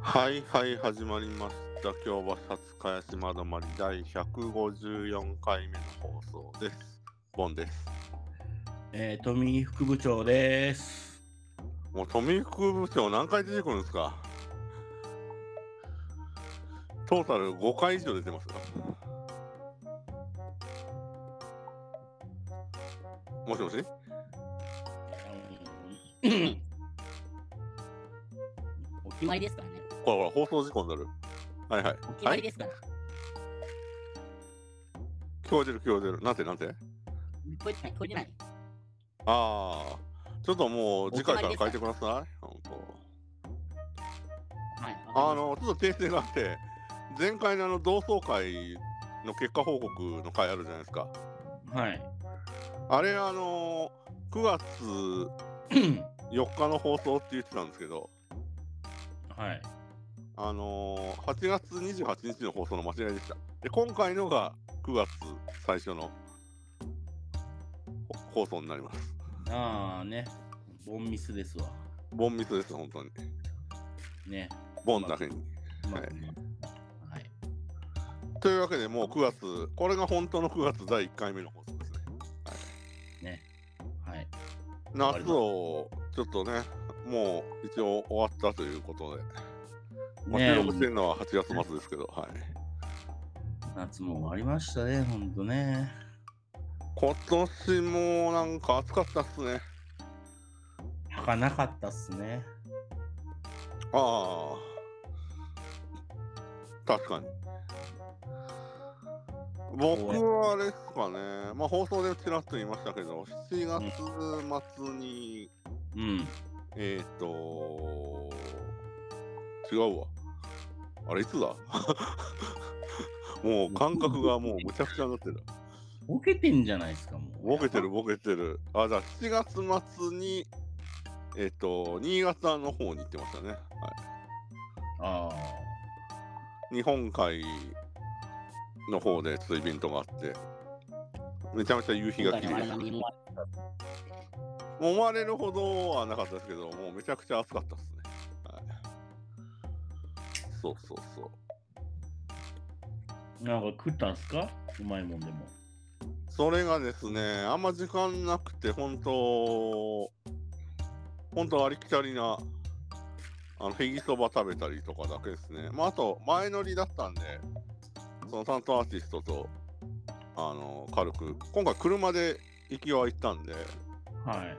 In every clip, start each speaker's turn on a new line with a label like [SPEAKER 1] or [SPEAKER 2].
[SPEAKER 1] はいはい始まりました今日はさつかやしまどまり第154回目の放送ですボンです
[SPEAKER 2] えー、富井副部長です。
[SPEAKER 1] もう富井副部長何回出てくるんですかトータル5回以上出てますかもしもし
[SPEAKER 2] うんお決まりですからね。
[SPEAKER 1] ほらほら放送事故になるはいはい
[SPEAKER 2] お決まりですから。
[SPEAKER 1] 聞こえてる聞こえてるなんてなんて
[SPEAKER 2] 聞こえてない、聞こえてない。
[SPEAKER 1] ああちょっともう次回から変えてください本当
[SPEAKER 2] はい。
[SPEAKER 1] あの、ちょっと訂正があって、前回のあの同窓会の結果報告の会あるじゃないですか。
[SPEAKER 2] はい。
[SPEAKER 1] あれ、あの、9月4日の放送って言ってたんですけど、
[SPEAKER 2] はい。
[SPEAKER 1] あの、8月28日の放送の間違いでした。で、今回のが9月最初の放送になります。
[SPEAKER 2] ああね、ボンミスですわ。
[SPEAKER 1] ボンミスです、本当に。
[SPEAKER 2] ね。
[SPEAKER 1] ボンだけに。
[SPEAKER 2] ま
[SPEAKER 1] は
[SPEAKER 2] あ
[SPEAKER 1] い
[SPEAKER 2] はい。
[SPEAKER 1] というわけで、もう9月、これが本当の9月第1回目の放送ですね。
[SPEAKER 2] はい。
[SPEAKER 1] 夏をちょっとね、もう一応終わったということで、まあ、
[SPEAKER 2] ね
[SPEAKER 1] 収録してるのは8月末ですけど、はい、
[SPEAKER 2] 夏も終わりましたね、ほんとね。
[SPEAKER 1] 今年もなんか暑かったっすね。
[SPEAKER 2] 儚かったっすね。
[SPEAKER 1] ああ、確かに。僕はあれですかね、まあ、放送でちらっと言いましたけど、7月末に、
[SPEAKER 2] うん。
[SPEAKER 1] えっ、ー、と違うわ。あれ、いつだ もう感覚がもうむちゃくちゃになってる。
[SPEAKER 2] ボケてんじゃないですか、もう。
[SPEAKER 1] ボケてる、ボケてる。あ、じゃあ7月末に、えっ、と、新潟の方に行ってましたね。は
[SPEAKER 2] あ
[SPEAKER 1] い、日本海の方でちょっとイベントがあって、めちゃめちゃ夕日が綺麗でし
[SPEAKER 2] あ。
[SPEAKER 1] た。揉まれるほどはなかったですけど、もうめちゃくちゃ暑かったですね。はい、そうそうそう。
[SPEAKER 2] なんか食ったんすかうまいもんでも。
[SPEAKER 1] それがですね、あんま時間なくて、本当、本当ありきたりな、あの、ひぎそば食べたりとかだけですね。まあ、あと、前乗りだったんで、その担当アーティストと、あの、軽く、今回車で行きは行ったんで、
[SPEAKER 2] はい。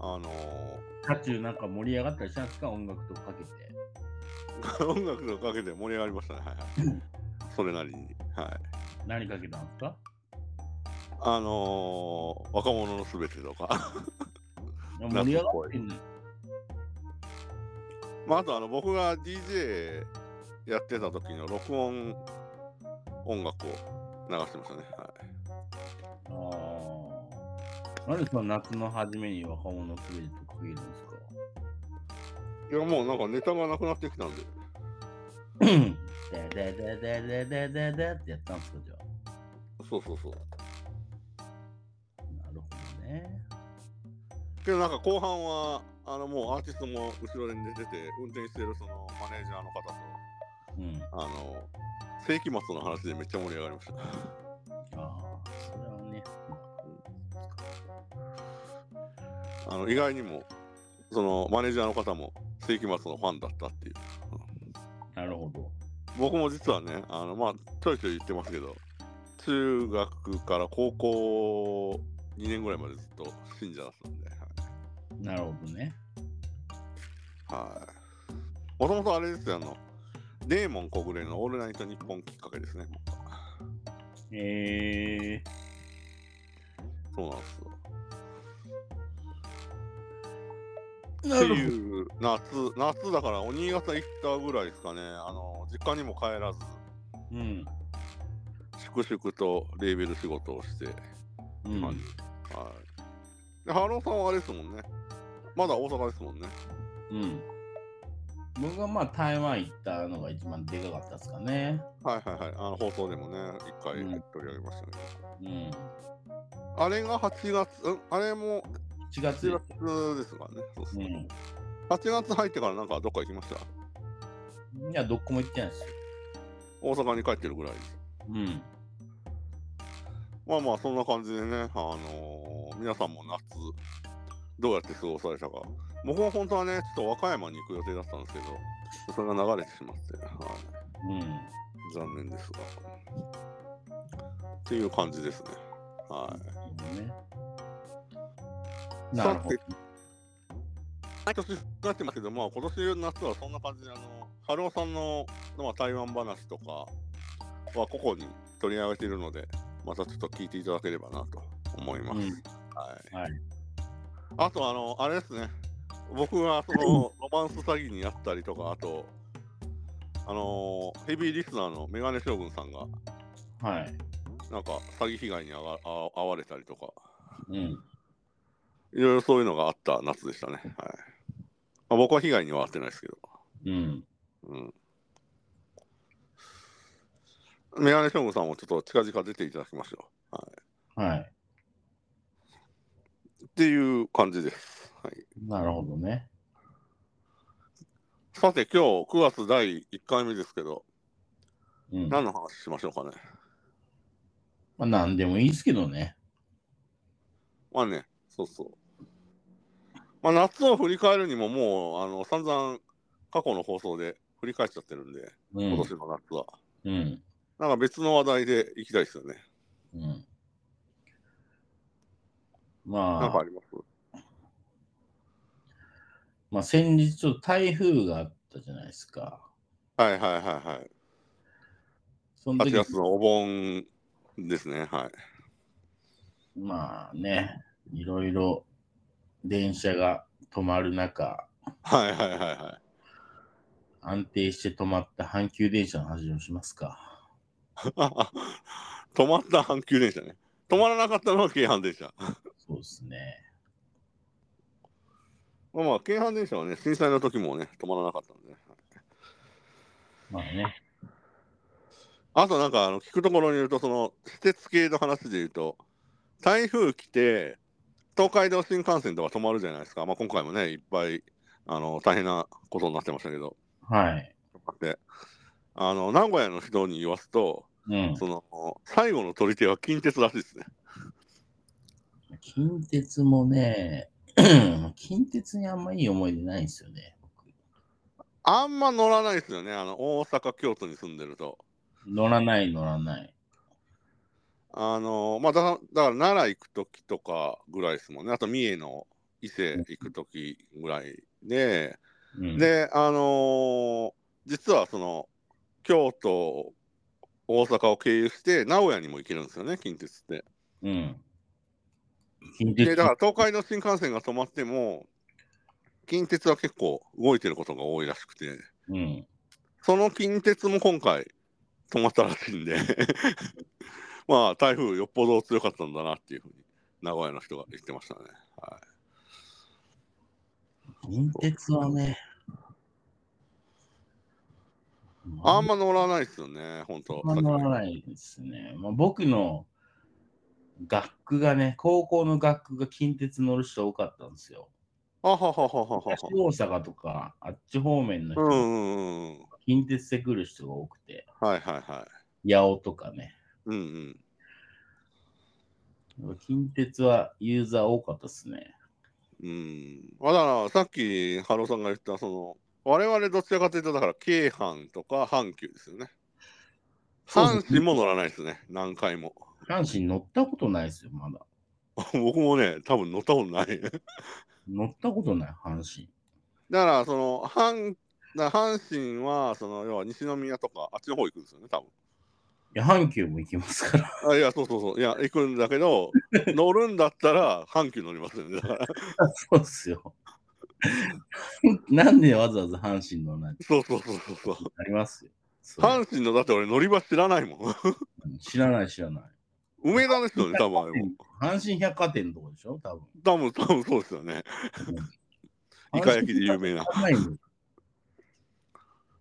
[SPEAKER 1] あの、
[SPEAKER 2] 渦中なんか盛り上がったりしたんですか音楽とかけて。
[SPEAKER 1] 音楽のおかげで盛り上がりましたね。はいはい。それなりに。はい。
[SPEAKER 2] 何かけたんですか
[SPEAKER 1] あの若者のすべてとか。
[SPEAKER 2] いや盛り上がってんのよ
[SPEAKER 1] まあ、あとあの僕が DJ やってた時の録音音楽を流してましたね。は
[SPEAKER 2] ああ。なんでその夏の初めに若者のすべてとかけるんで
[SPEAKER 1] い、いやもうなんかネタがなくなってきたんで。
[SPEAKER 2] すかででででででででってやったんですかじゃあ。
[SPEAKER 1] そうそうそう。
[SPEAKER 2] なるほどね。
[SPEAKER 1] けどなんか後半はあのもうアーティストも後ろに出てて運転してるそのマネージャーの方と
[SPEAKER 2] うん。あ
[SPEAKER 1] あの世紀末の話でめっちゃ盛り上がりました。
[SPEAKER 2] あ、それはね。
[SPEAKER 1] あの意外にもそのマネージャーの方も世紀末のファンだったっていう。
[SPEAKER 2] なるほど。
[SPEAKER 1] 僕も実はねあのまあちょいちょい言ってますけど中学から高校2年ぐらいまでずっと信者だったんで
[SPEAKER 2] なるほどね。
[SPEAKER 1] はいもともとあれですよあのデーモン小暮の「オールナイトニッポン」きっかけですね僕は
[SPEAKER 2] え
[SPEAKER 1] そうなんですよ
[SPEAKER 2] ー、
[SPEAKER 1] っていう夏夏だからお新潟行ったぐらいですかねあの実家にも帰らず
[SPEAKER 2] うん。
[SPEAKER 1] 粛々とレーベル仕事をして
[SPEAKER 2] う
[SPEAKER 1] 今
[SPEAKER 2] ん
[SPEAKER 1] に。はい。で、ハローさんはあれですもんね。まだ大阪ですもんね。
[SPEAKER 2] うん。僕はまあ台湾行ったのが一番でかかったですかね。
[SPEAKER 1] はいはいはい。あの放送でもね、一回
[SPEAKER 2] うん
[SPEAKER 1] 取り上げましたね。
[SPEAKER 2] うん。
[SPEAKER 1] あれが8月、うん、あれも
[SPEAKER 2] 4月
[SPEAKER 1] 8月ですからね。そうそうう。
[SPEAKER 2] ん。
[SPEAKER 1] 8月入ってからなんかどっか行きました
[SPEAKER 2] いや、どこも行ってないですよ。
[SPEAKER 1] 大阪に帰ってるぐらいです。
[SPEAKER 2] うん。
[SPEAKER 1] まあまあ、そんな感じでね、あのー皆さんも夏、どうやって過ごされたか。僕は本当はね、ちょっと和歌山に行く予定だったんですけど、それが流れてしまって、はい、
[SPEAKER 2] うん。
[SPEAKER 1] 残念ですが。っていう感じですね。はい。
[SPEAKER 2] ね。なるほど。
[SPEAKER 1] 毎年なってますけど、まあ、今年の夏はそんな感じで、あの、春尾さんの、まあ、台湾話とかはここに取り上げているので、またちょっと聞いていただければなと思います。
[SPEAKER 2] うん
[SPEAKER 1] はい。
[SPEAKER 2] はい
[SPEAKER 1] あと、あの、あれですね。僕はそ のロマンス詐欺にあったりとか、あと、あのヘビーリスナーのメガネ将軍さんが、
[SPEAKER 2] はい。
[SPEAKER 1] なんか詐欺被害にあがあ遭われたりとか、
[SPEAKER 2] うん。
[SPEAKER 1] いろいろそういうのがあった夏でしたね。はいまあ、僕は被害には遭ってないですけど。
[SPEAKER 2] うん。
[SPEAKER 1] うん、メガネ将軍さんもちょっと近々出ていただきましょう。はい、
[SPEAKER 2] はい。
[SPEAKER 1] っていう感じです。はい、
[SPEAKER 2] なるほどね。
[SPEAKER 1] さて、今日9月第1回目ですけど、
[SPEAKER 2] うん。ま
[SPEAKER 1] 何の話しましょうかね。
[SPEAKER 2] あ、なんでもいいですけどね。
[SPEAKER 1] まあね、そうそう。まあ、夏を振り返るにももうあの散々過去の放送で振り返っちゃってるんで、
[SPEAKER 2] う
[SPEAKER 1] 今
[SPEAKER 2] ん
[SPEAKER 1] 年。の夏は。
[SPEAKER 2] うん。
[SPEAKER 1] なんか別の話題で行きたいですよね。
[SPEAKER 2] うん。
[SPEAKER 1] なん
[SPEAKER 2] ま
[SPEAKER 1] かあ
[SPEAKER 2] あ、
[SPEAKER 1] ります
[SPEAKER 2] まあ、先日ちょっと台風があったじゃないですか。
[SPEAKER 1] はいはいはいはい。
[SPEAKER 2] その
[SPEAKER 1] 8
[SPEAKER 2] 時
[SPEAKER 1] 月のお盆ですね。はい。
[SPEAKER 2] まあね、いろいろ電車が止まる中、
[SPEAKER 1] はいはいはいはい。
[SPEAKER 2] 安定して止まった阪急電車の話をしますか。
[SPEAKER 1] 止まった阪急電車ね。止まらなかったのは京阪電車。
[SPEAKER 2] そうですね。
[SPEAKER 1] まあまあ、京阪電車はね、震災の時もね、止まらなかったんでね。
[SPEAKER 2] まあね。
[SPEAKER 1] あとなんか、あの聞くところによると、その、施設系の話で言うと、台風来て、東海道新幹線とか止まるじゃないですか。まあ今回もね、いっぱい、あの、大変なことになってましたけど。
[SPEAKER 2] はい。
[SPEAKER 1] で、あの、名古屋の人に言わすと、
[SPEAKER 2] うん。
[SPEAKER 1] その、最後の取り手は近鉄らしいですね。
[SPEAKER 2] 近鉄もね、 近鉄にあんまいい思い出ないんですよね。僕
[SPEAKER 1] あんま乗らないですよね、あの大阪、京都に住んでると。
[SPEAKER 2] 乗らない乗らない。
[SPEAKER 1] あのまあ、だだから奈良行くときとかぐらいですもんね、あと三重の伊勢行くときぐらいで、
[SPEAKER 2] うん、
[SPEAKER 1] で、あのー実はその京都、大阪を経由して、名古屋にも行けるんですよね、近鉄って。
[SPEAKER 2] うん。近
[SPEAKER 1] で、
[SPEAKER 2] 鉄
[SPEAKER 1] だから東海道新幹線が止まっても、近鉄は結構動いてることが多いらしくて、
[SPEAKER 2] うん。
[SPEAKER 1] その近鉄も今回止まったらしいんで まあ台風よっぽど強かったんだなっていうふうに名古屋の人が言ってましたね。は
[SPEAKER 2] 近鉄はね。
[SPEAKER 1] い、あんま乗らないですよね、本当。
[SPEAKER 2] まあ乗らないですね。まあ、僕の学区がね、高校の学区が近鉄乗る人多かったんですよ。
[SPEAKER 1] あはははははは
[SPEAKER 2] 東。大阪とか、あっち方面の
[SPEAKER 1] うんう
[SPEAKER 2] 人、
[SPEAKER 1] んうん。
[SPEAKER 2] 近鉄で来る人が多くて、
[SPEAKER 1] はいはいはい。
[SPEAKER 2] 八尾とかね。
[SPEAKER 1] うんうん。
[SPEAKER 2] 近鉄はユーザー多かったですね。
[SPEAKER 1] うん、まあだからさっきハローさんが言ったその我々どちらかというとだから京阪とか阪急ですよね。
[SPEAKER 2] そう
[SPEAKER 1] 阪
[SPEAKER 2] ですね
[SPEAKER 1] 神も乗らないですね、何回も。
[SPEAKER 2] 阪神乗ったことないですよ、まだ。
[SPEAKER 1] 僕もね、多分乗ったことない。
[SPEAKER 2] 乗ったことない、阪神。
[SPEAKER 1] だからその阪だから阪神はその要は西宮とかあっちの方行くんですよね多
[SPEAKER 2] いや、阪急も行きますから。
[SPEAKER 1] 分あいやそうそうそういや行くんだけど乗るんだったら阪急乗りますよねだから
[SPEAKER 2] そうっすよ。 なんでわざわざ阪神乗らない
[SPEAKER 1] そうそうそうそうそう
[SPEAKER 2] ありますよ。そう
[SPEAKER 1] 阪神のだって俺乗り場知らないもん
[SPEAKER 2] 知らない、知らない。
[SPEAKER 1] 梅田ですよね多分あれも
[SPEAKER 2] 阪神百貨店のとこでしょ多分。
[SPEAKER 1] 多分多分そうですよねイカ焼きで有名なだか
[SPEAKER 2] 知らないの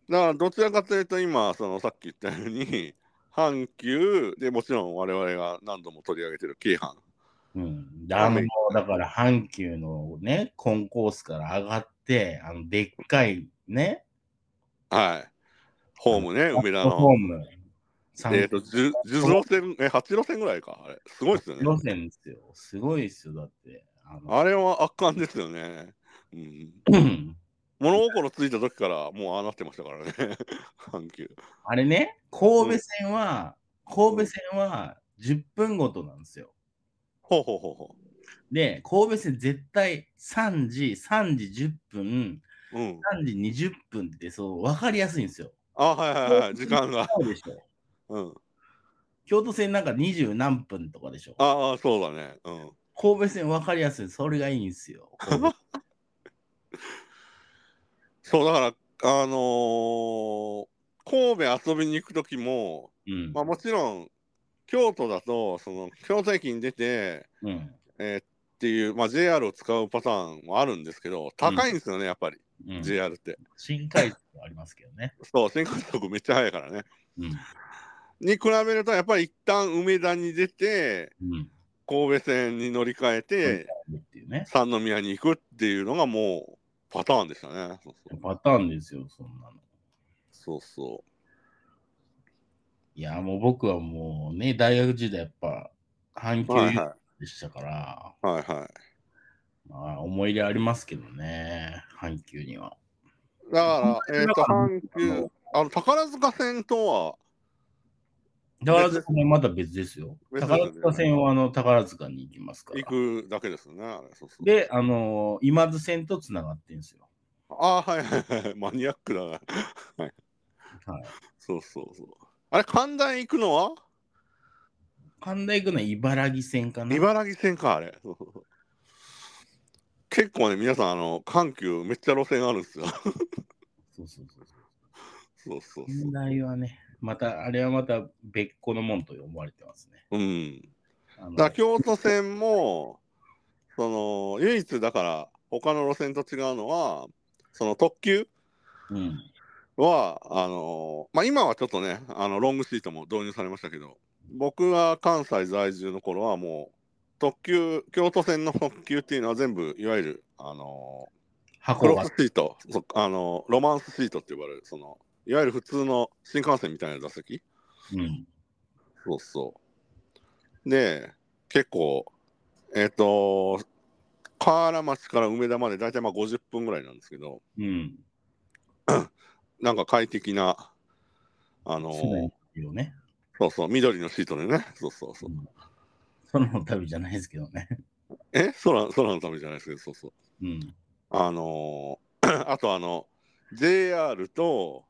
[SPEAKER 1] らどちらかというと今そのさっき言ったように阪急でもちろん我々が何度も取り上げてる京阪
[SPEAKER 2] うん。あの、だから阪急のね、コンコースから上がって、あの、でっかいね、
[SPEAKER 1] はいホームね、梅田
[SPEAKER 2] ホ
[SPEAKER 1] の。
[SPEAKER 2] ーム。三
[SPEAKER 1] えっ、と、10 10路線、え、8路線ぐらいか。あれ、すごいですよね。
[SPEAKER 2] 路線ですよ。すごいですよ。だって。あの
[SPEAKER 1] あれは圧巻ですよね。うん、物心ついた時からもうああなってましたからね。 阪急。
[SPEAKER 2] あれね、神戸線は、神戸線は10分ごとなんですよ。
[SPEAKER 1] ほうほうほうほ
[SPEAKER 2] で、神戸線絶対3時、3時10分、
[SPEAKER 1] う。うん。
[SPEAKER 2] 3時20分ってそう分かりやすいんですよ。
[SPEAKER 1] あ、はいはいはい。時間が。
[SPEAKER 2] そうでしょ。
[SPEAKER 1] うん。
[SPEAKER 2] 京都線なんか20何分とかでしょ。
[SPEAKER 1] ああ、そうだね。うん。
[SPEAKER 2] 神戸線分かりやすい。それがいいんですよ。神戸
[SPEAKER 1] そう、だから、あのー神戸遊びに行く時も、
[SPEAKER 2] うん
[SPEAKER 1] まあもちろん、京都だと、その、京都駅に出て、
[SPEAKER 2] うん。
[SPEAKER 1] えーっていう、まあ JR を使うパターンもあるんですけど、高いんですよね、やっぱり、
[SPEAKER 2] うん、
[SPEAKER 1] JR って。
[SPEAKER 2] 新快速はありますけどね。
[SPEAKER 1] そう、新幹線めっちゃ早いからね。
[SPEAKER 2] うん。
[SPEAKER 1] に比べると、やっぱり一旦梅田に出て、
[SPEAKER 2] うん。
[SPEAKER 1] 神戸線に乗り換えて、
[SPEAKER 2] っていうね。
[SPEAKER 1] 三宮に行くっていうのがもうパターンでしたね。そうそう
[SPEAKER 2] パターンですよ、そんなの。
[SPEAKER 1] そうそ
[SPEAKER 2] いや、もう僕はもうね、大学時代やっぱ、阪
[SPEAKER 1] う。はい
[SPEAKER 2] 急
[SPEAKER 1] は
[SPEAKER 2] でしたから、
[SPEAKER 1] い。はいは
[SPEAKER 2] まあ、思い入れありますけどね、阪急には。
[SPEAKER 1] い。だから、えっ、と、
[SPEAKER 2] だから
[SPEAKER 1] 阪急、あの、宝塚線とは、
[SPEAKER 2] 宝塚線はまだ別ですよ。
[SPEAKER 1] 別ですよね
[SPEAKER 2] 宝塚線はあの宝塚に行きますから。
[SPEAKER 1] 行くだけですね。あれそうそう
[SPEAKER 2] で、あのー今津線とつながってるんですよ。
[SPEAKER 1] あーはいはいはい。マニアックだな。
[SPEAKER 2] はい、
[SPEAKER 1] そうそうそう。あれ、神田へ行くのは
[SPEAKER 2] 神田行くのは茨城線かな。
[SPEAKER 1] 茨城線か、あ れ。そうそうそう結構ね、皆さん、あの、阪急、めっちゃ路線あるんですよ。
[SPEAKER 2] そうそうそうそう。
[SPEAKER 1] そうそうそう
[SPEAKER 2] 仙。台はね、また、あれはまた別個のもんと思われてますね。
[SPEAKER 1] うん。
[SPEAKER 2] あの
[SPEAKER 1] だから京都線もその唯一だから他の路線と違うのはその特急
[SPEAKER 2] うん
[SPEAKER 1] はあのまあ、今はちょっとねあのロングシートも導入されましたけど僕が関西在住の頃はもう特急京都線の特急っていうのは全部いわゆるあのク
[SPEAKER 2] 箱
[SPEAKER 1] ロ
[SPEAKER 2] が
[SPEAKER 1] スシートそあのロマンスシートって呼ばれるそのいわゆる普通の新幹線みたいな座席
[SPEAKER 2] うん。
[SPEAKER 1] そうそう。で、結構、えっ、と、河原町から梅田まで大体まあ50分ぐらいなんですけど、
[SPEAKER 2] うん。
[SPEAKER 1] なんか快適な、あの
[SPEAKER 2] そうよね。
[SPEAKER 1] そうそう、緑のシートでね、そうそうそう。
[SPEAKER 2] うん空の旅じゃないですけどね。
[SPEAKER 1] え空、空のためじゃないですけど、そうそう。
[SPEAKER 2] うん。
[SPEAKER 1] あの あとあの、JR と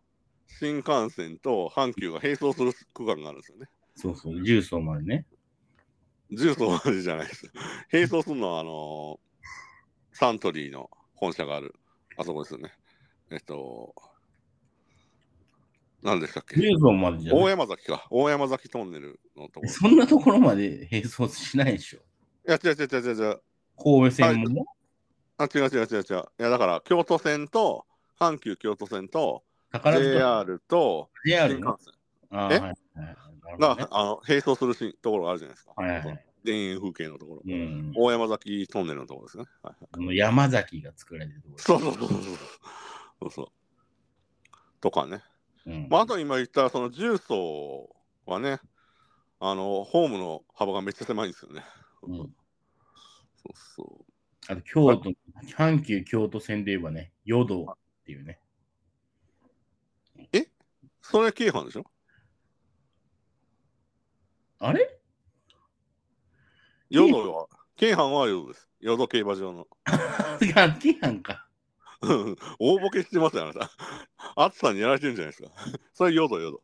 [SPEAKER 1] 新幹線と阪急が並走する区間があるんですよね。
[SPEAKER 2] そうそう、重曹までね。
[SPEAKER 1] 重曹までじゃないです。並走するのは、あのーサントリーの本社がある、あそこですよね。えっと、何でしたっけ
[SPEAKER 2] 重曹までじゃない
[SPEAKER 1] 大山崎か。大山崎トンネルのところ。
[SPEAKER 2] そんなところまで並走しないでしょ。
[SPEAKER 1] いや、違う違う違う違う違う。
[SPEAKER 2] 神戸線もね。
[SPEAKER 1] あ、違う違う違う違う。いや、だから、京都線と、阪急京都線と、
[SPEAKER 2] 宝塚
[SPEAKER 1] JR と、新
[SPEAKER 2] JR
[SPEAKER 1] 幹
[SPEAKER 2] の。
[SPEAKER 1] 線
[SPEAKER 2] あー
[SPEAKER 1] え
[SPEAKER 2] はいはいはいなるほど
[SPEAKER 1] が、
[SPEAKER 2] ね
[SPEAKER 1] あの並走するしところがあるじゃないですか。
[SPEAKER 2] はいはい。
[SPEAKER 1] 田園風景のところ。
[SPEAKER 2] うん
[SPEAKER 1] 大山崎トンネルのところですね。はいはい
[SPEAKER 2] あの山崎が作られてるところ。
[SPEAKER 1] そうそうそうそうそう。そうそうとかね。
[SPEAKER 2] うん
[SPEAKER 1] まあ、あと今言ったその重曹はね、あのホームの幅がめっちゃ狭いんですよね。
[SPEAKER 2] うん
[SPEAKER 1] そうそう。
[SPEAKER 2] あと京都、阪急京都線で言えばね、淀っていうね。
[SPEAKER 1] それ京阪でしょ
[SPEAKER 2] あ れ
[SPEAKER 1] 淀は、京阪は淀です。淀競馬場の。
[SPEAKER 2] 阪急なんか。
[SPEAKER 1] うん大ボケしてますよ、あなた。暑さにやられてるんじゃないですか。それ淀淀。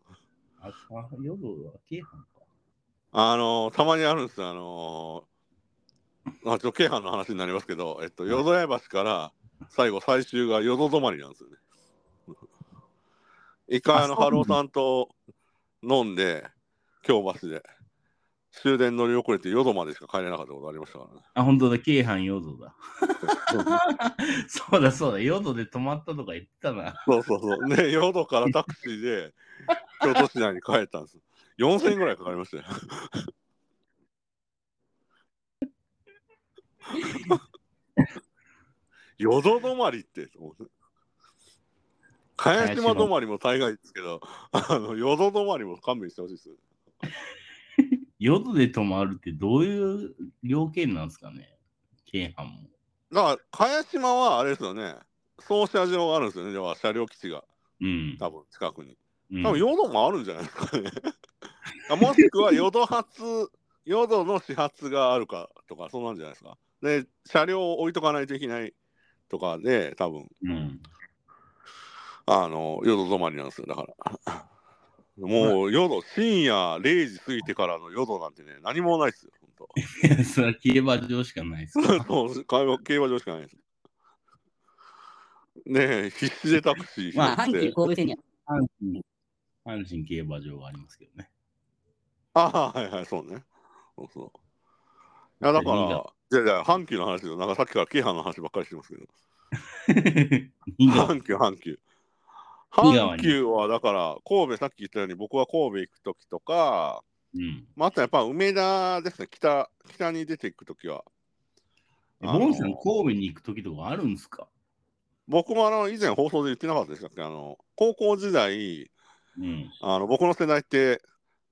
[SPEAKER 2] あ、あ淀は京阪か。
[SPEAKER 1] あのーたまにあるんですよ、あのーまあ、ちょっと京阪の話になりますけど、えっと、淀屋橋から最後、最終が淀止まりなんですよね。一回、あの、
[SPEAKER 2] あそ
[SPEAKER 1] ハ
[SPEAKER 2] うな
[SPEAKER 1] ロ
[SPEAKER 2] んだ
[SPEAKER 1] ーさんと飲んで、京橋で、終電乗り遅れて淀までしか帰れなかったことありましたからね。
[SPEAKER 2] あ、本当だ、京阪淀だ。 そうだそうだ、淀で泊まったとか言ってたな。
[SPEAKER 1] そうそうそう。ね、淀からタクシーで、京都市内に帰ったんです。4000円ぐらいかかりましたよ。 淀止まりって、思って林
[SPEAKER 2] 林
[SPEAKER 1] 島
[SPEAKER 2] の
[SPEAKER 1] 止まりも大概ですけど、あの淀止まりも勘弁してほしいです。
[SPEAKER 2] 夜で泊まるってどういう要件なんですかね京阪も。
[SPEAKER 1] だから、茅島はあれですよね、操車場があるんですよね、要は車両基地が、
[SPEAKER 2] うん。
[SPEAKER 1] 多分近くに。
[SPEAKER 2] うん
[SPEAKER 1] 多分淀もあるんじゃないですかね。 あもしくは淀発、淀の始発があるかとか、そうなんじゃないですか。で、車両を置いとかないといけないとかで、多分
[SPEAKER 2] うん
[SPEAKER 1] あの、淀止まりなんですよ、だから。 もう、淀、深夜0時過ぎてからの淀なんてね、何もないですよ、本
[SPEAKER 2] いやそれは競馬場しかないで すか。
[SPEAKER 1] 当。そう競馬競馬場しかないです。ねえ、必死でタクシー拾って、
[SPEAKER 2] まあ
[SPEAKER 3] 阪急神戸線には
[SPEAKER 2] 阪神阪神競馬場がありますけどね。
[SPEAKER 1] ああ、はいはい、そうね。そうそう。いや、だから、
[SPEAKER 2] いい
[SPEAKER 1] じ
[SPEAKER 2] な
[SPEAKER 1] ゃあじゃあ阪急の話よ。なんかさっきから京阪の話ばっかりしてますけど。
[SPEAKER 2] 新潟
[SPEAKER 1] 阪急、阪急。
[SPEAKER 2] 新川
[SPEAKER 1] 阪
[SPEAKER 2] に
[SPEAKER 1] 急は、だから、神戸、さっき言ったように、僕は神戸行くときとか、
[SPEAKER 2] うん。
[SPEAKER 1] まあ、あとやっぱ梅田ですね、北、北に出ていくときは。
[SPEAKER 2] え
[SPEAKER 1] あの
[SPEAKER 2] ボンさん、神戸に行くときとかあるんですか
[SPEAKER 1] 僕もあの、以前放送で言ってなかったでしたっけあの、高校時代、
[SPEAKER 2] うん。
[SPEAKER 1] あの、僕の世代って、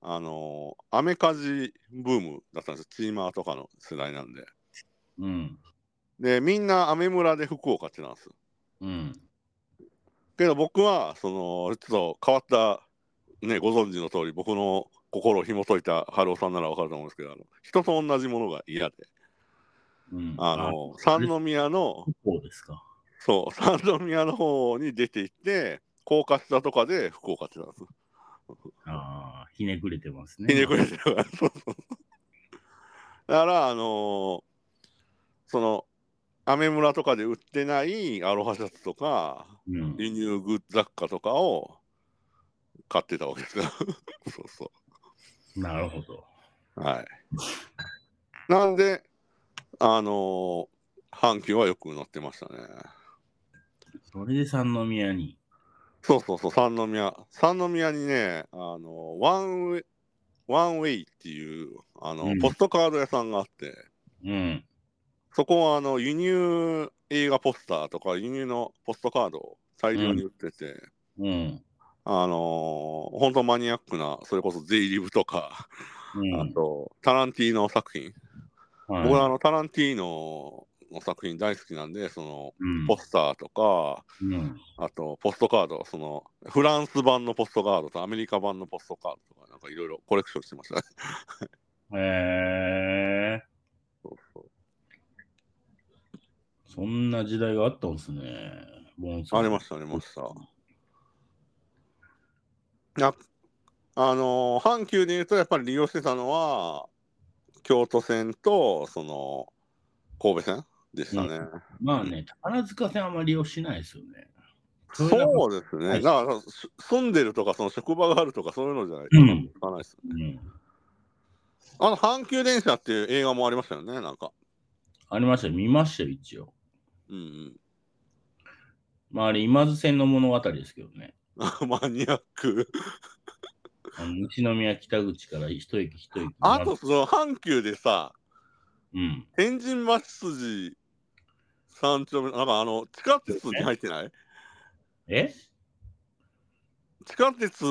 [SPEAKER 1] あの、アメカジブームだったんですよ。チーマーとかの世代なんで。
[SPEAKER 2] うん。
[SPEAKER 1] で、みんなアメ村で福岡ってなんですよ
[SPEAKER 2] うん。
[SPEAKER 1] けど僕はそのちょっと変わったねご存知の通り僕の心を紐解いた春雄さんならわかると思うんですけどあの人と同じものが嫌で
[SPEAKER 2] うん、
[SPEAKER 1] あの三宮の
[SPEAKER 2] そうですか。
[SPEAKER 1] そう三宮の方に出て行って高架下とかで福岡ってたんです
[SPEAKER 2] ああ、ひねくれてますね。
[SPEAKER 1] ひねくれてるからそうそうだからあのーそのアメ村とかで売ってないアロハシャツとか
[SPEAKER 2] うん。
[SPEAKER 1] 輸入グ雑貨とかを買ってたわけですよ そうそう
[SPEAKER 2] なるほど。
[SPEAKER 1] はい。なんで、あのー阪急はよく乗ってましたね。
[SPEAKER 2] それで三宮に。
[SPEAKER 1] そうそうそう、三宮。三宮にね、あのーワンウェイ、ワンウェイっていう、あの、
[SPEAKER 2] うん
[SPEAKER 1] ポストカード屋さんがあって、
[SPEAKER 2] うん。
[SPEAKER 1] そこは、あの、輸入映画ポスターとか、輸入のポストカードを大量に売ってて、
[SPEAKER 2] うん。
[SPEAKER 1] あのー、本当マニアックな、それこそゼイリブとか、
[SPEAKER 2] うん。
[SPEAKER 1] あと、タランティーノ作品。
[SPEAKER 2] はい
[SPEAKER 1] 僕はあの、タランティーノの作品大好きなんで、その、
[SPEAKER 2] うん
[SPEAKER 1] ポスターとか、
[SPEAKER 2] うん
[SPEAKER 1] あとポストカード、そのフランス版のポストカードとアメリカ版のポストカードとか、なんかいろいろコレクションしてましたね。
[SPEAKER 2] へえ。
[SPEAKER 1] そうそう
[SPEAKER 2] そんな時代があったんですね。ボンさん
[SPEAKER 1] ありました、ありました。やあのー阪急で言うと、やっぱり利用してたのは、京都線とその神戸線でしたね。
[SPEAKER 2] まあね、宝塚線あんまり利用しないですよね。れが
[SPEAKER 1] そうです
[SPEAKER 2] は
[SPEAKER 1] ね。
[SPEAKER 2] い
[SPEAKER 1] だから、す住んでるとか、その職場があるとか、そういうのじゃないと
[SPEAKER 2] うん
[SPEAKER 1] 行かないです。
[SPEAKER 2] うん。
[SPEAKER 1] あの、阪急電車っていう映画もありましたよね、なんか。
[SPEAKER 2] ありましたよ。見ましたよ、一応。
[SPEAKER 1] うんうん。
[SPEAKER 2] まあ、あれ、今津線の物語ですけどね。
[SPEAKER 1] マニアック。
[SPEAKER 2] あの西宮北口から一駅一駅。
[SPEAKER 1] あと、その阪急でさ、
[SPEAKER 2] うん。
[SPEAKER 1] 天神橋筋三丁目、なんかあの、地下鉄に入ってない
[SPEAKER 2] え
[SPEAKER 1] 地下鉄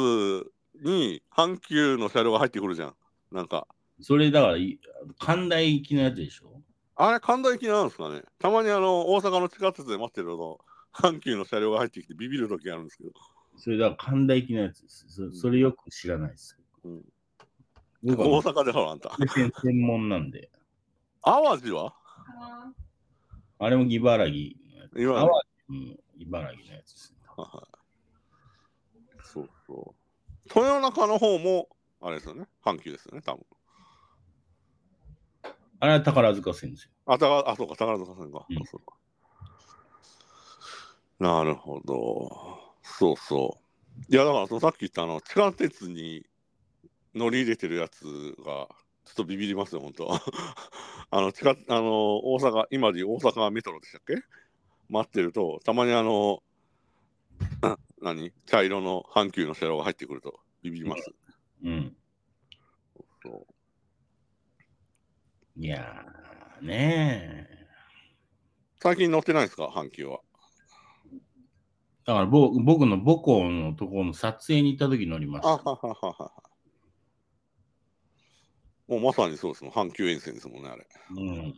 [SPEAKER 1] に阪急の車両が入ってくるじゃん。なんか、
[SPEAKER 2] それだからい、寛大行きのやつでしょ
[SPEAKER 1] あれ、神田行きなんですかね。たまにあの、大阪の地下鉄で待ってると、阪急の車両が入ってきてビビる時あるんですけど。
[SPEAKER 2] それだから寛大行きのやつです。そそれよく知らないです。
[SPEAKER 1] うん
[SPEAKER 2] 僕
[SPEAKER 1] 大
[SPEAKER 2] は
[SPEAKER 1] 阪でほら、あんた。
[SPEAKER 2] 運転専門なんで。
[SPEAKER 1] 淡路は
[SPEAKER 2] あれも茨城のやつ。
[SPEAKER 1] 今、
[SPEAKER 2] 淡
[SPEAKER 1] はい
[SPEAKER 2] 路うん茨城のやつです、ね。
[SPEAKER 1] はいそうそう。豊中の方も、あれですよね。阪急ですよね、多分。
[SPEAKER 2] あれは宝塚線ですよ。
[SPEAKER 1] あ、たが、あ、そうか、宝塚さんか。
[SPEAKER 2] うん
[SPEAKER 1] あそうかなるほど。そうそう。いや、だから、そのさっき言った、あの、地下鉄に乗り入れてるやつが、ちょっとビビりますよ、本当 あの、地下、あの、大阪、今で言う大阪メトロでしたっけ待ってると、たまにあの、 な何茶色の阪急の車両が入ってくるとビビります。
[SPEAKER 2] うん。
[SPEAKER 1] そう
[SPEAKER 2] いやー、ねえ。
[SPEAKER 1] 最近乗ってないですか、阪急は。
[SPEAKER 2] だからぼ僕の母校のところの撮影に行った時乗りま し
[SPEAKER 1] あは
[SPEAKER 2] た。
[SPEAKER 1] はははは。もうまさにそうですもん。阪急沿線ですもんね、あれ。
[SPEAKER 2] うん。い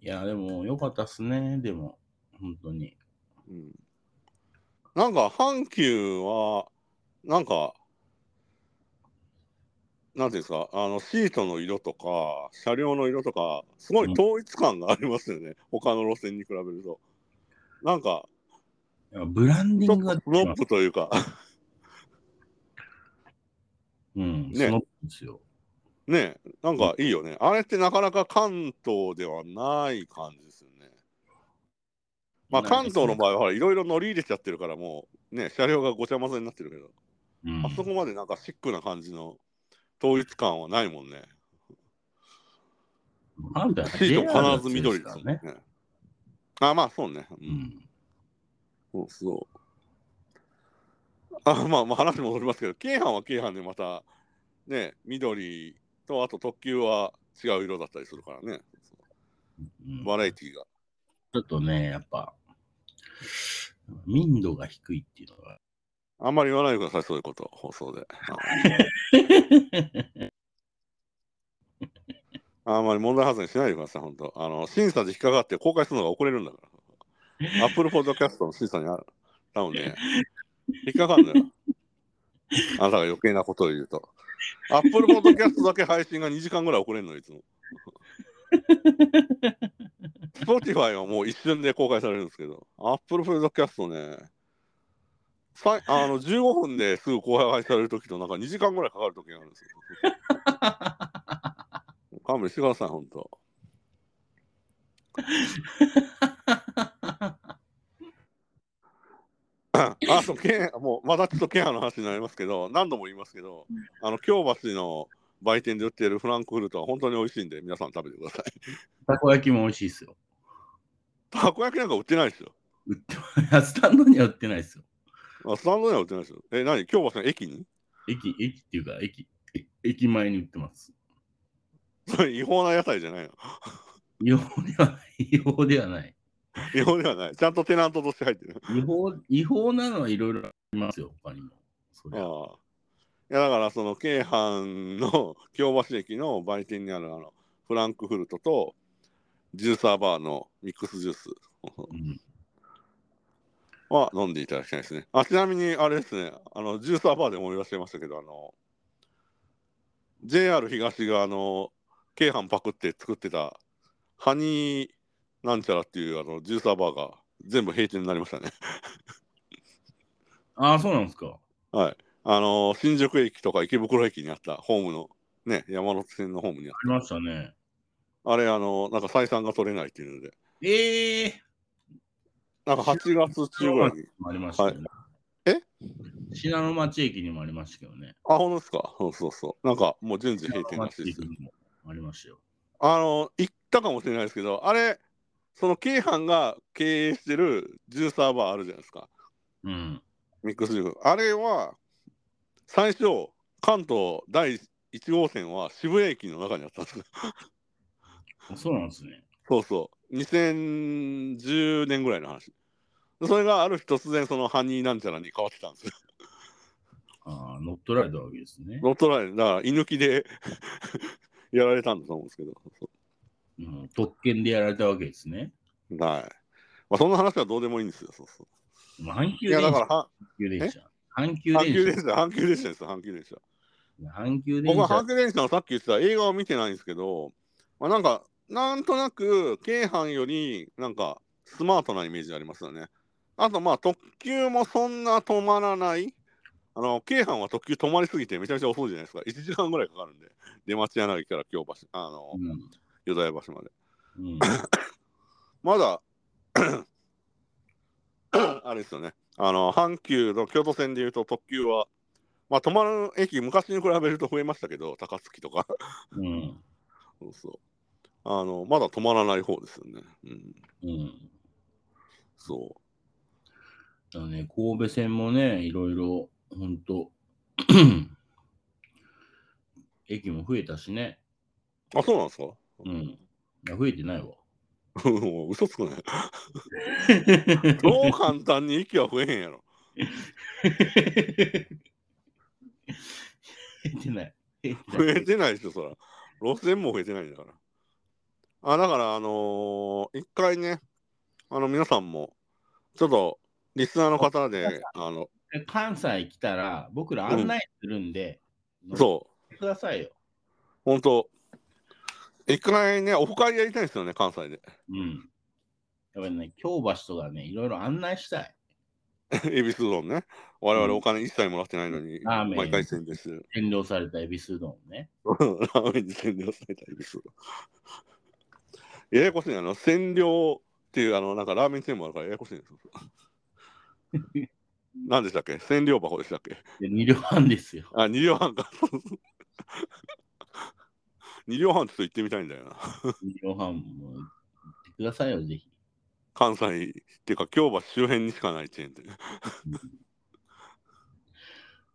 [SPEAKER 2] や、でも良かったっすね。でも、本当に。
[SPEAKER 1] うん、なんか阪急は、なんか、なんていうんですか、あのシートの色とか、車両の色とか、すごい統一感がありますよね、他の路線に比べると。なんか、
[SPEAKER 2] いやブランデ
[SPEAKER 1] ちょ
[SPEAKER 2] ィ
[SPEAKER 1] っ
[SPEAKER 2] ング
[SPEAKER 1] と
[SPEAKER 2] が出
[SPEAKER 1] ス
[SPEAKER 2] て
[SPEAKER 1] ロ
[SPEAKER 2] ま
[SPEAKER 1] ッ
[SPEAKER 2] す。
[SPEAKER 1] プというか、
[SPEAKER 2] うん、
[SPEAKER 1] ね
[SPEAKER 2] そのですよ。
[SPEAKER 1] ねえ、なんかいいよね。あれってなかなか関東ではない感じですよね。まあ
[SPEAKER 2] ないですね
[SPEAKER 1] 関東の場合はほらいろいろ乗り入れちゃってるからもうね車両がごちゃ混ぜになってるけど、
[SPEAKER 2] うん
[SPEAKER 1] あそこまでなんかシックな感じの統一感はないもんね。
[SPEAKER 2] なんだよ
[SPEAKER 1] シートも必ず緑ですもんね。。あまあそうね。う
[SPEAKER 2] う。ん。
[SPEAKER 1] そうそう。あまあまあ話戻りますけど、京阪は京阪でまたね緑とあと特急は違う色だったりするからね。
[SPEAKER 2] うん
[SPEAKER 1] バラエティーが。
[SPEAKER 2] ちょっとね、やっぱ、民度が低いっていうのが。
[SPEAKER 1] あんまり言わないでください、そういうこと、放送で。あんまり問題発言しないでください、本当。あの審査で引っかかって公開するのが遅れるんだから。アップルポッドキャストの審査にある。多分ね、引っかかるんだよ。あなたが余計なことを言うと。アップルポッドキャストだけ配信が2時間ぐらい遅れるのよ、いつも。Spotify はもう一瞬で公開されるんですけど、アップルポッドキャストね、さいあの15分ですぐ公開されるときと、なんか2時間ぐらいかかるときがあるんですよ。勘弁してください、本当。あと、けもう、まだちょっとケアの話になりますけど、何度も言いますけど、あの、京橋の売店で売っているフランクフルトは本当に美味しいんで、皆さん食べてください。
[SPEAKER 2] たこ焼きも美味しいですよ。
[SPEAKER 1] たこ焼きなんか売ってないですよ。
[SPEAKER 2] 売ってまスタンドには売ってないですよ。
[SPEAKER 1] あスタンドには売ってないですよ。え、何京橋の駅に
[SPEAKER 2] 駅、駅っていうか、駅、駅駅前に売ってます。
[SPEAKER 1] それ違法な屋台じゃないの。
[SPEAKER 2] 違法ではない。違法ではない。
[SPEAKER 1] 違法ではない。ちゃんとテナントとして入ってる。
[SPEAKER 2] 違法、違法なのはいろいろありますよ、他にも。そりゃ
[SPEAKER 1] ああ。いやだからその京阪の京橋駅の売店にあるあのフランクフルトとジューサーバーのミックスジュース
[SPEAKER 2] うん
[SPEAKER 1] は飲んでいただきたいですね。あちなみにあれですね、あのジューサーバーで思い出してましたけど、あの JR 東があの京阪パクって作ってたハニーなんちゃらっていうあのジューサーバーが全部閉店になりましたね。
[SPEAKER 2] ああ、そうなんですか。
[SPEAKER 1] はい。あの新宿駅とか池袋駅にあったホームの、ね、山手線のホームにあった
[SPEAKER 2] ありましたね。
[SPEAKER 1] あれ、あの、なんか採算が取れないっていうので、
[SPEAKER 2] ええ
[SPEAKER 1] なんか8月中ぐらいに。
[SPEAKER 2] ー、ありましたよね。
[SPEAKER 1] はい
[SPEAKER 2] え信濃町駅にもありましたけどね。
[SPEAKER 1] あ、ほんとですかそうそうそう。なんかもう順次閉店らしいですよ
[SPEAKER 2] 信濃。町駅にもありましたよ。
[SPEAKER 1] あの、行ったかもしれないですけど、あれ、その京阪が経営してるジューサーバーあるじゃないですか。
[SPEAKER 2] うん。
[SPEAKER 1] ミックスジュース。あれは、最初、関東第1号線は渋谷駅の中にあったんですよ。
[SPEAKER 2] そうなんですね。
[SPEAKER 1] そうそう。2010年ぐらいの話。それがある日突然、そのハニーなんちゃらに変わってたんですよ
[SPEAKER 2] ああ、乗っ取られたわけですね。
[SPEAKER 1] 乗っ取られるだから居抜きで やられたんだと思うんですけど、そ
[SPEAKER 2] うん、特権でやられたわけですね。
[SPEAKER 1] うはいまあ、そんな話はどうでもいいんですよ。そうそ
[SPEAKER 2] まあ阪
[SPEAKER 1] う
[SPEAKER 2] 急
[SPEAKER 1] いやだ
[SPEAKER 2] 電
[SPEAKER 1] から
[SPEAKER 2] 車。
[SPEAKER 1] は
[SPEAKER 2] 阪急電車。阪急
[SPEAKER 1] 阪急
[SPEAKER 2] 電
[SPEAKER 1] 電
[SPEAKER 2] 車。
[SPEAKER 1] 車、阪急電車ですよ、阪急電車。
[SPEAKER 2] 阪急電
[SPEAKER 1] 僕は
[SPEAKER 2] 車。
[SPEAKER 1] 阪急電車のさっき言ってた映画を見てないんですけど、まあ、なんか、なんとなく、京阪よりなんかスマートなイメージありますよね。あと、まあ、特急もそんな止まらない。あの京阪は特急止まりすぎてめちゃめちゃ遅いじゃないですか。1時間ぐらいかかるんで、出町柳から京橋、あの、淀屋橋まで。
[SPEAKER 2] うん。うん
[SPEAKER 1] まだ、 あれですよね、あの阪急の京都線でいうと特急は、まあ、止まる駅、昔に比べると増えましたけど、高槻とか、
[SPEAKER 2] うん。
[SPEAKER 1] そうそうあのまだ止まらない方ですよね。うん、
[SPEAKER 2] うん。
[SPEAKER 1] そ
[SPEAKER 2] だからね、神戸線もね、いろいろ、ほんと、 駅も増えたしね。
[SPEAKER 1] う。あ、そうなんですか
[SPEAKER 2] うん。いや増えてないわ。
[SPEAKER 1] うん嘘つく ない。そう簡単に息は増えへんやろ。
[SPEAKER 2] 減ってない。減っ
[SPEAKER 1] 増
[SPEAKER 2] てない
[SPEAKER 1] えてないでしょ、そら。路線も増えてないんだから。あ、だから、あのー一回ね、あの、皆さんも、ちょっと、リスナーの方で、あの、
[SPEAKER 2] 関西来たら僕ら案内するんで、う
[SPEAKER 1] そう、
[SPEAKER 2] くださいよ。
[SPEAKER 1] 本当一回ね、オフ会やりたいんですよね、関西で。
[SPEAKER 2] うん。やっぱりね、京橋とかね、いろいろ案内したい。
[SPEAKER 1] 恵比寿丼ね。我
[SPEAKER 2] う
[SPEAKER 1] 々
[SPEAKER 2] ん
[SPEAKER 1] お金一切もらってないのに、
[SPEAKER 2] ラーメン
[SPEAKER 1] 毎回宣伝してる。
[SPEAKER 2] 占領されたエビスうどんをね。
[SPEAKER 1] ラーメンに占領された恵比寿丼。ややこしいな、あの、占領っていう、あの、なんかラーメンチェーンもあるからややこしいんですよ。何でしたっけ占領箱でしたっけ
[SPEAKER 2] で、2両半ですよ。
[SPEAKER 1] あ、二両半か。二両半ちょっと行ってみたいんだよな。
[SPEAKER 2] 2両半も行ってくださいよ、ぜひ。
[SPEAKER 1] 関西っていうか、京橋周辺にしかないチェーン店。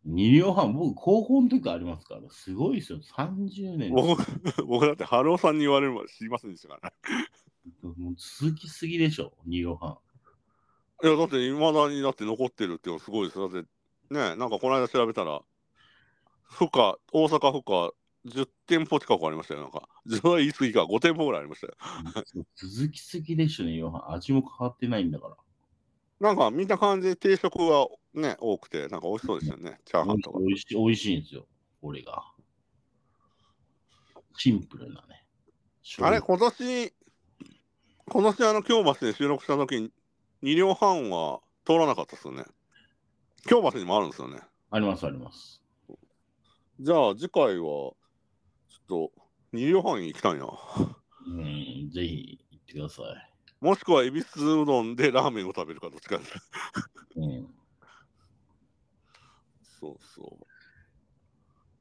[SPEAKER 2] 2両半、僕、高校の時ありますから、すごいですよ。30年。も
[SPEAKER 1] 僕、僕だって、春尾さんに言われるまで知りませんでしたからね。
[SPEAKER 2] う続きすぎでしょ、2両半。
[SPEAKER 1] いや、だって、いまだにだって残ってるっていうのはすごいです。だって、ね、なんかこの間調べたら、負荷、大阪負荷10店舗近くありましたよ。なんか、それは言い過ぎか、5店舗ぐらいありましたよ。
[SPEAKER 2] 続きすぎでしょ、2両半。味も変わってないんだから。
[SPEAKER 1] なんか、見た感じ、定食がね、多くて、なんか美味しそうですよね。チャーハンとか。
[SPEAKER 2] 美味しい、美味しいんですよ、これが。シンプルなね。
[SPEAKER 1] あれ、今年、今年あの、京橋で収録した時に、2両半は通らなかったですよね。京橋にもあるんですよね。
[SPEAKER 2] あります、あります。
[SPEAKER 1] じゃあ、次回は、ちょっと、2両半行きたいな。
[SPEAKER 2] うん、ぜひ行ってください。
[SPEAKER 1] もしくは、恵比寿うどんでラーメンを食べるか、どっちかです。
[SPEAKER 2] うん、
[SPEAKER 1] そうそう。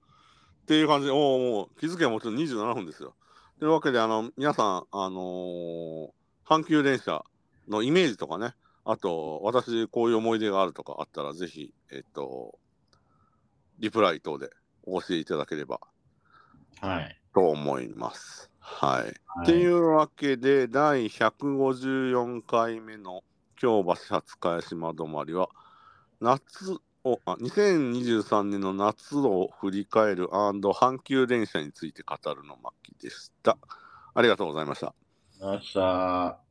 [SPEAKER 1] っていう感じで、おお、もう、気づけばもうちょっと27分ですよ。というわけで、あの、皆さん、あのー阪急電車のイメージとかね、あと、私、こういう思い出があるとかあったら、ぜひ、えっと、リプライ等でお教えいただければ
[SPEAKER 2] はい。
[SPEAKER 1] と思います。はい。
[SPEAKER 2] は
[SPEAKER 1] っていうわけで第154回目の京橋初返しまどまりは夏をあ2023年の夏を振り返る阪急電車について語るの巻でした。ありがとうございました。
[SPEAKER 2] 明日。